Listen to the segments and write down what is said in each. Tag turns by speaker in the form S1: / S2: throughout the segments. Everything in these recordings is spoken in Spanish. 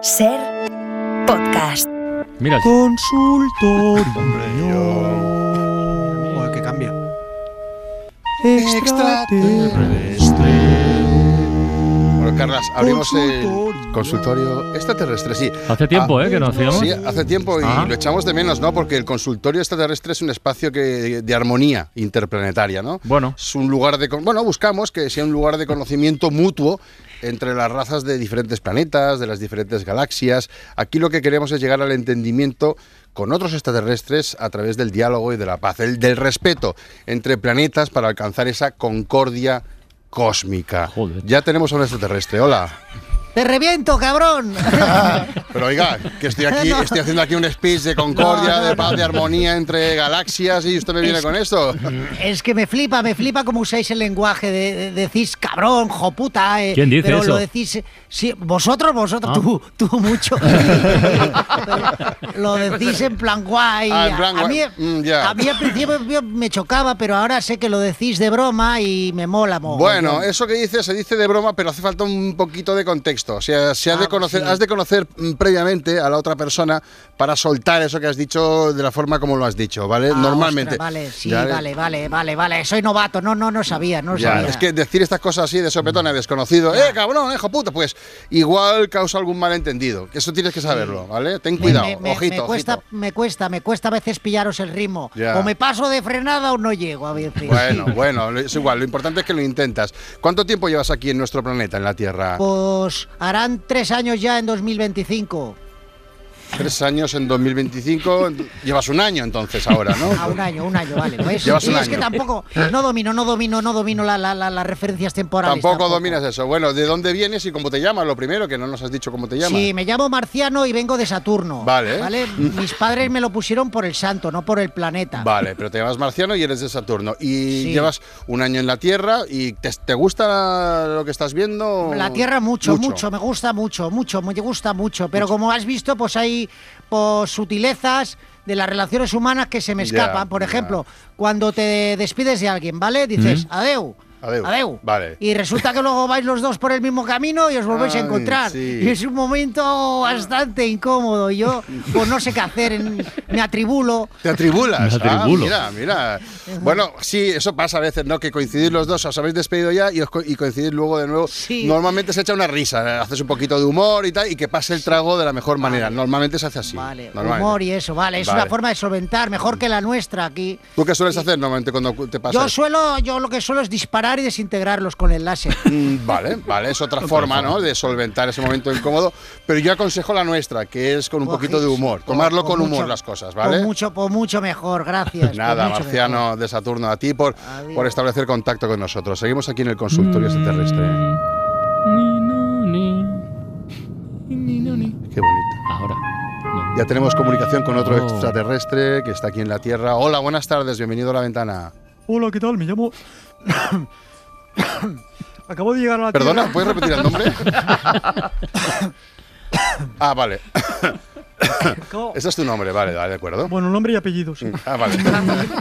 S1: Ser podcast.
S2: Mira,
S3: Consultorio.
S4: Hombre, yo.
S3: Joder, que cambia.
S4: Bueno, Carlas, abrimos
S3: Consultorio.
S4: el consultorio extraterrestre, sí.
S2: hace tiempo, ¿eh? Que nos hacíamos.
S4: Ah, Sí, hace tiempo y
S2: Ah.
S4: lo echamos de menos, ¿no? Porque el consultorio extraterrestre es un espacio que, de armonía interplanetaria, ¿no?
S2: Bueno.
S4: Es un lugar de... con- Bueno, buscamos que sea un lugar de conocimiento mutuo entre las razas de diferentes planetas, de las diferentes galaxias. Aquí lo que queremos es llegar al entendimiento con otros extraterrestres a través del diálogo y de la paz, el, del respeto entre planetas para alcanzar esa concordia cósmica.
S2: Joder.
S4: Ya tenemos a un extraterrestre. Hola.
S5: ¡Te reviento, cabrón!
S4: Pero oiga, que estoy aquí, estoy haciendo aquí un speech de concordia, de paz, de armonía entre galaxias y usted me viene con esto.
S5: Es que me flipa, me flipa cómo usáis el lenguaje. De, de- decís cabrón, joputa. eh,
S2: ¿Quién dice
S5: pero
S2: eso?
S5: lo decís. eh, sí, vosotros, vosotros,
S2: Ah.
S5: tú, tú mucho. Pero lo decís en plan guay.
S4: Ah, en plan
S5: a,
S4: guay.
S5: Mí,
S4: Mm, ya.
S5: a mí al principio me- me chocaba, pero ahora sé que lo decís de broma y me mola mogollón.
S4: Bueno, eso que dice se dice de broma, pero hace falta un poquito de contexto. O sea, se ha de
S5: Ah,
S4: conocer,
S5: sí.
S4: has de conocer mm, previamente a la otra persona para soltar eso que has dicho de la forma como lo has dicho, ¿vale?
S5: Ah,
S4: Normalmente.
S5: ostras, vale, sí,
S4: Ya,
S5: vale, vale, vale, vale. Soy novato. No, no, no sabía, no
S4: Ya,
S5: sabía.
S4: es que decir estas cosas así de sopetón a desconocido, ¡eh, cabrón, hijo puta! Pues igual causa algún malentendido. Eso tienes que saberlo, ¿vale? Ten
S5: Me-
S4: cuidado,
S5: me, me-
S4: ojito,
S5: me cuesta,
S4: ojito.
S5: me cuesta, me cuesta a veces pillaros el ritmo.
S4: Ya.
S5: O me paso de frenada o no llego a veces.
S4: Bueno, bueno, es igual, lo importante es que lo intentas. ¿Cuánto tiempo llevas aquí en nuestro planeta, en la Tierra?
S5: Pues harán tres años ya en 2025.
S4: Tres años en 2025, llevas un año entonces ahora,
S5: A Ah, un
S4: ¿no?
S5: año, un año, vale. ¿ves?
S4: Oh. Llevas
S5: Sí,
S4: un
S5: es
S4: año.
S5: que tampoco, no domino, no domino, no domino la- la- la- las referencias temporales.
S4: Tampoco dominas eso. Bueno, ¿de dónde vienes y cómo te llamas? Lo primero, que no nos has dicho cómo te llamas.
S5: Sí, me llamo Marciano y vengo de Saturno.
S4: Vale.
S5: Mis padres me lo pusieron por el santo, no por el planeta.
S4: Vale, pero te llamas Marciano y eres de Saturno. Y
S5: Sí.
S4: llevas un año en la Tierra y te, te gusta lo que estás viendo.
S5: La tierra mucho, mucho, me gusta mucho, mucho, me gusta mucho. Pero como has visto, pues hay pues, sutilezas de las relaciones humanas que se me
S4: Ya,
S5: escapan. Por
S4: ya.
S5: ejemplo, cuando te despides de alguien, ¿vale? Dices, adeu.
S4: Adeu,
S5: adeu".
S4: vale.
S5: Y resulta que luego vais los dos por el mismo camino y os volvéis
S4: Ay,
S5: a encontrar.
S4: sí.
S5: Y es un momento bastante incómodo. Yo pues no sé qué hacer, en- me atribulo.
S4: Te atribulas.
S2: Me
S4: Ah,
S2: atribulo.
S4: mira, mira. Bueno, sí, eso pasa a veces, ¿no? Que coincidís los dos, os habéis despedido ya y, os co- y coincidís luego de nuevo.
S5: Sí.
S4: Normalmente se echa una risa, eh, haces un poquito de humor y tal, y que pase el trago de la mejor manera. Normalmente se hace así.
S5: Vale,
S4: normalmente.
S5: humor y eso, vale. Es
S4: Vale.
S5: una forma de solventar, mejor que la nuestra aquí.
S4: ¿Tú qué sueles hacer normalmente cuando cu- te pasa?
S5: Yo
S4: eso?
S5: suelo, yo lo que suelo es disparar y desintegrarlos con el láser.
S4: Mm, Vale, vale, es otra forma, ¿no? De solventar ese momento incómodo, pero yo aconsejo la nuestra, que es con un poquito de humor, tomarlo con humor las cosas, ¿vale?
S5: Por mucho, por mucho mejor, gracias. por
S4: Nada,
S5: mucho
S4: Marciano de Saturno, a ti por,
S5: Adiós.
S4: por establecer contacto con nosotros. Seguimos aquí en el
S2: Mm.
S4: consultorio extraterrestre.
S2: Ni, no, ni. Ni, no, ni.
S4: Qué bonito.
S2: Ahora. No.
S4: Ya tenemos comunicación con otro
S2: Oh.
S4: extraterrestre que está aquí en la Tierra. Hola, buenas tardes, bienvenido a la ventana.
S3: Hola, ¿qué tal? Me llamo. Acabo de llegar a la
S4: Perdona,
S3: Tierra.
S4: ¿puedes repetir el nombre? Ah, vale.
S3: Acabo-
S4: Ese pues, es tu nombre, vale, vale, de acuerdo.
S3: Bueno, nombre y apellido, sí.
S4: Ah, vale.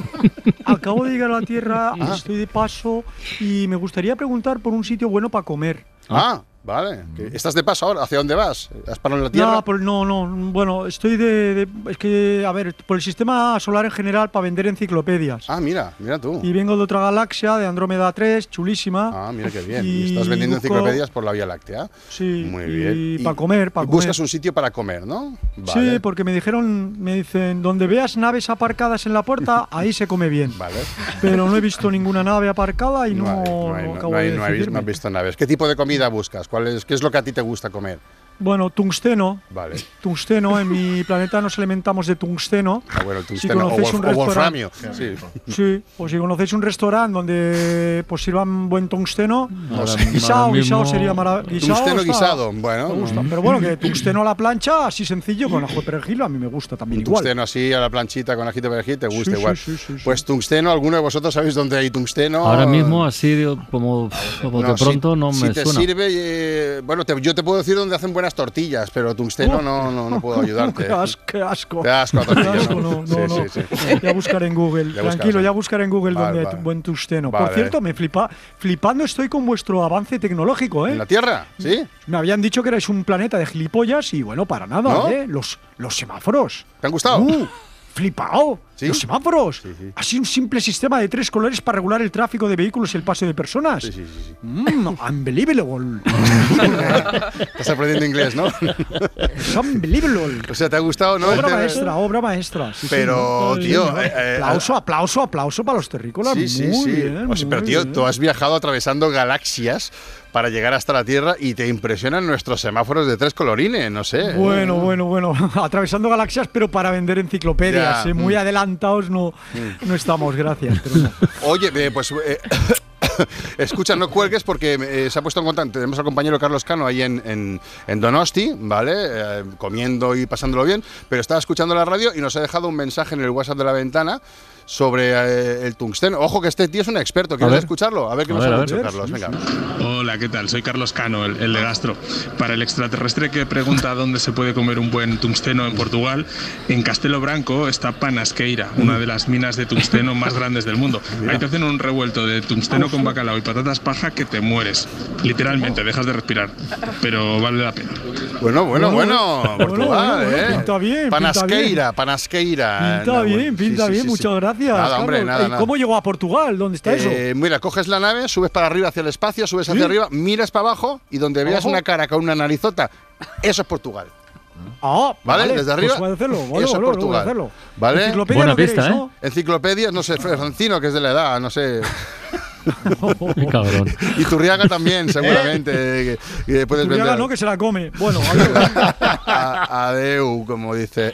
S3: Acabo de llegar a la Tierra,
S4: Ah.
S3: estoy de paso y me gustaría preguntar por un sitio bueno para comer.
S4: Ah, vale. ¿Qué- ¿Estás de paso ahora? ¿Hacia dónde vas? ¿Has parado en la Tierra?
S3: Mm. No, pues- por- no, no. Bueno, estoy de, de- Es que, a ver, por el sistema solar en general para vender enciclopedias.
S4: Ah, mira, mira tú.
S3: Y vengo de otra galaxia, de Andrómeda 3, chulísima.
S4: Ah, mira qué bien.
S3: Y
S4: Y estás vendiendo
S3: busco-
S4: enciclopedias por la Vía Láctea.
S3: Sí,
S4: Muy
S3: y
S4: bien.
S3: pa' comer, pa'
S4: y Buscas
S3: comer.
S4: un sitio para comer, ¿no?
S3: Sí, porque me dijeron, me dicen, donde veas naves aparcadas en la puerta, ahí se come bien.
S4: Vale.
S3: Pero no he visto ninguna nave aparcada y no,
S4: hay- hay-
S3: no
S4: no
S3: acabo
S4: hay-
S3: de
S4: no hay-
S3: decidirme.
S4: no has visto naves. ¿Qué tipo de comida buscas? ¿Cuál es, ¿Qué es lo que a ti te gusta comer?
S3: Bueno, tungsteno.
S4: Vale.
S3: Tungsteno, en mi planeta nos alimentamos de tungsteno.
S4: Ah, bueno, el
S3: Si
S4: tungsteno o,
S3: conocéis
S4: wolf-
S3: un
S4: o wolframio.
S3: restaurante-
S4: Sí.
S3: Sí, o si conocéis un restaurante donde pues sirvan buen tungsteno,
S2: Ahora-
S3: guisado,
S2: ahora mismo-
S3: guisado sería maravilloso.
S4: Tungsteno guisado. Bueno, un
S3: Pero bueno, que tungsteno a la plancha, así sencillo, con ajo y perejil, a mí me gusta también igual.
S4: tungsteno así a la planchita con ajito perejil te
S3: Sí,
S4: gusta
S3: sí,
S4: igual.
S3: sí, sí, sí.
S4: Pues tungsteno, ¿alguno de vosotros sabéis dónde hay tungsteno?
S2: Ahora mismo, así, digo, como, como de
S4: si-
S2: pronto, no
S4: si
S2: me
S4: te
S2: suena.
S4: sirve, eh, bueno, te- yo te puedo decir dónde hacen buena buenas tortillas, pero tungsteno no, no, no puedo ayudarte.
S3: Oh. Qué asco. Qué asco,
S4: Qué asco a
S3: Qué
S4: tortilla,
S3: asco,
S4: ¿no?
S3: no, no,
S4: Sí,
S3: no.
S4: sí,
S3: Ya buscaré en Google.
S4: Ya buscarás,
S3: Tranquilo,
S4: ¿eh?
S3: ya buscaré en Google
S4: Vale,
S3: donde hay
S4: vale.
S3: buen tungsteno.
S4: Vale.
S3: Por cierto, me flipa, flipando estoy con vuestro avance tecnológico,
S4: ¿En
S3: ¿eh?
S4: la Tierra? ¿Sí?
S3: Me habían dicho que erais un planeta de gilipollas y bueno, para nada,
S4: ¿No?
S3: ¿eh? Los, los semáforos.
S4: ¿Te han gustado?
S3: Uh, flipao.
S4: ¿Sí?
S3: Los semáforos.
S4: Sí, sí.
S3: Así un simple sistema de tres colores para regular el tráfico de vehículos y el paso de personas.
S4: Sí, sí, sí, sí.
S3: Mm, unbelievable.
S4: Estás aprendiendo inglés, ¿no?
S3: It's unbelievable.
S4: o sea, ¿te ha gustado, no? Este- El
S3: Obra
S4: tema-
S3: maestra, obra maestra. sí,
S4: Pues Pero,
S3: señor.
S4: tío,
S3: señor.
S4: eh, eh,
S3: aplauso, aplauso, aplauso para los terrícolas.
S4: Sí, sí,
S3: muy
S4: sí.
S3: bien,
S4: O sea, pero
S3: muy
S4: tío,
S3: bien. ¿eh?
S4: tú has viajado atravesando galaxias para llegar hasta la Tierra y te impresionan nuestros semáforos de tres colorines, no sé. ¿eh?
S3: Bueno, bueno, bueno. Atravesando galaxias, pero para vender enciclopedias.
S4: Ya,
S3: eh. Muy
S4: mm.
S3: adelantados no, no estamos, gracias. pero no.
S4: Oye, eh, pues eh, escucha, no cuelgues porque eh, se ha puesto en contacto. Tenemos al compañero Carlos Cano ahí en, en- en Donosti, ¿vale? Eh, comiendo y pasándolo bien, pero estaba escuchando la radio y nos ha dejado un mensaje en el WhatsApp de la ventana sobre eh, el tungsteno. Ojo que este tío es un experto, ¿quieres
S2: ver.
S4: escucharlo? A ver qué
S2: A
S4: nos
S2: ver,
S4: ha
S2: a
S4: dicho
S2: ver.
S4: Carlos, venga.
S6: Hola, ¿qué tal? Soy Carlos Cano, el, el de Gastro. Para el extraterrestre que pregunta dónde se puede comer un buen tungsteno en Portugal, en Castelo Branco está Panasqueira, una de las minas de tungsteno más grandes del mundo. Ahí te hacen un revuelto de tungsteno con bacalao y patatas paja que te mueres. Literalmente, dejas de respirar, pero vale la pena.
S4: Bueno, bueno, bueno,
S3: Bueno, bueno.
S4: Portugal,
S3: Bueno, bueno,
S4: ¿eh?
S3: pinta bien, pinta
S4: Panasqueira, Panasqueira.
S3: Pinta
S4: Nahuel.
S3: bien,
S4: Ah, Sí,
S3: pinta
S4: sí,
S3: bien,
S4: sí, sí.
S3: muchas gracias.
S4: Nada, hombre,
S3: Carlos.
S4: nada,
S3: ¿Y
S4: nada.
S3: ¿Cómo llegó a Portugal? ¿Dónde está eso?
S4: Eh, mira, coges la nave, subes para arriba hacia el espacio, subes hacia
S3: ¿Sí?
S4: arriba, miras para abajo y donde veas
S3: Ojo.
S4: una cara con una narizota, eso es Portugal.
S3: Ah,
S4: ¿Vale? Desde arriba.
S3: Pues voy a hacerlo,
S4: Eso
S3: vale,
S4: es
S3: vale, voy a
S4: Portugal.
S3: hacerlo.
S4: ¿Vale?
S3: Enciclopedia
S2: Buena
S3: no Pues queréis,
S2: pista, ¿eh?
S3: ¿no?
S4: Enciclopedias, no sé, Francino, que es de la edad, no sé.
S2: Qué cabrón.
S4: Y Turriaga también, seguramente. eh, que- que puedes
S3: Turriaga
S4: vender.
S3: ¿Eh? no, que se la come. Bueno, adiós.
S4: A- adeu, como dice.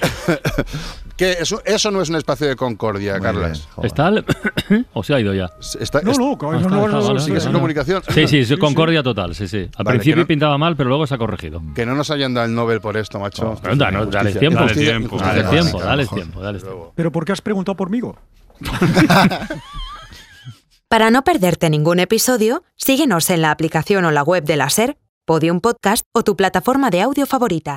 S4: que eso, eso no es un espacio de concordia, Carlos.
S2: ¿Está el... o se ha ido ya?
S4: Está-
S3: no,
S4: es-
S3: no, cabrón,
S2: Ah, está,
S3: no, no,
S2: está, vale,
S3: no, sí,
S4: sigue
S2: vale,
S3: sí,
S4: sin
S2: vale.
S4: comunicación.
S2: Sí, sí,
S3: Sí,
S2: es
S3: sí.
S2: concordia total, sí, sí. Al
S4: Vale,
S2: principio
S4: que no-
S2: pintaba mal, pero luego se ha corregido.
S4: Que no nos hayan dado el Nobel por esto, macho.
S2: Pero da- no, dale tiempo.
S6: Dale tiempo.
S4: injusticia
S2: Dale
S6: Además,
S2: tiempo,
S4: básica.
S2: dale tiempo, dale tiempo.
S3: Pero ¿por qué has preguntado por mí?
S1: Para no perderte ningún episodio, síguenos en la aplicación o la web de la SER, Podium Podcast o tu plataforma de audio favorita.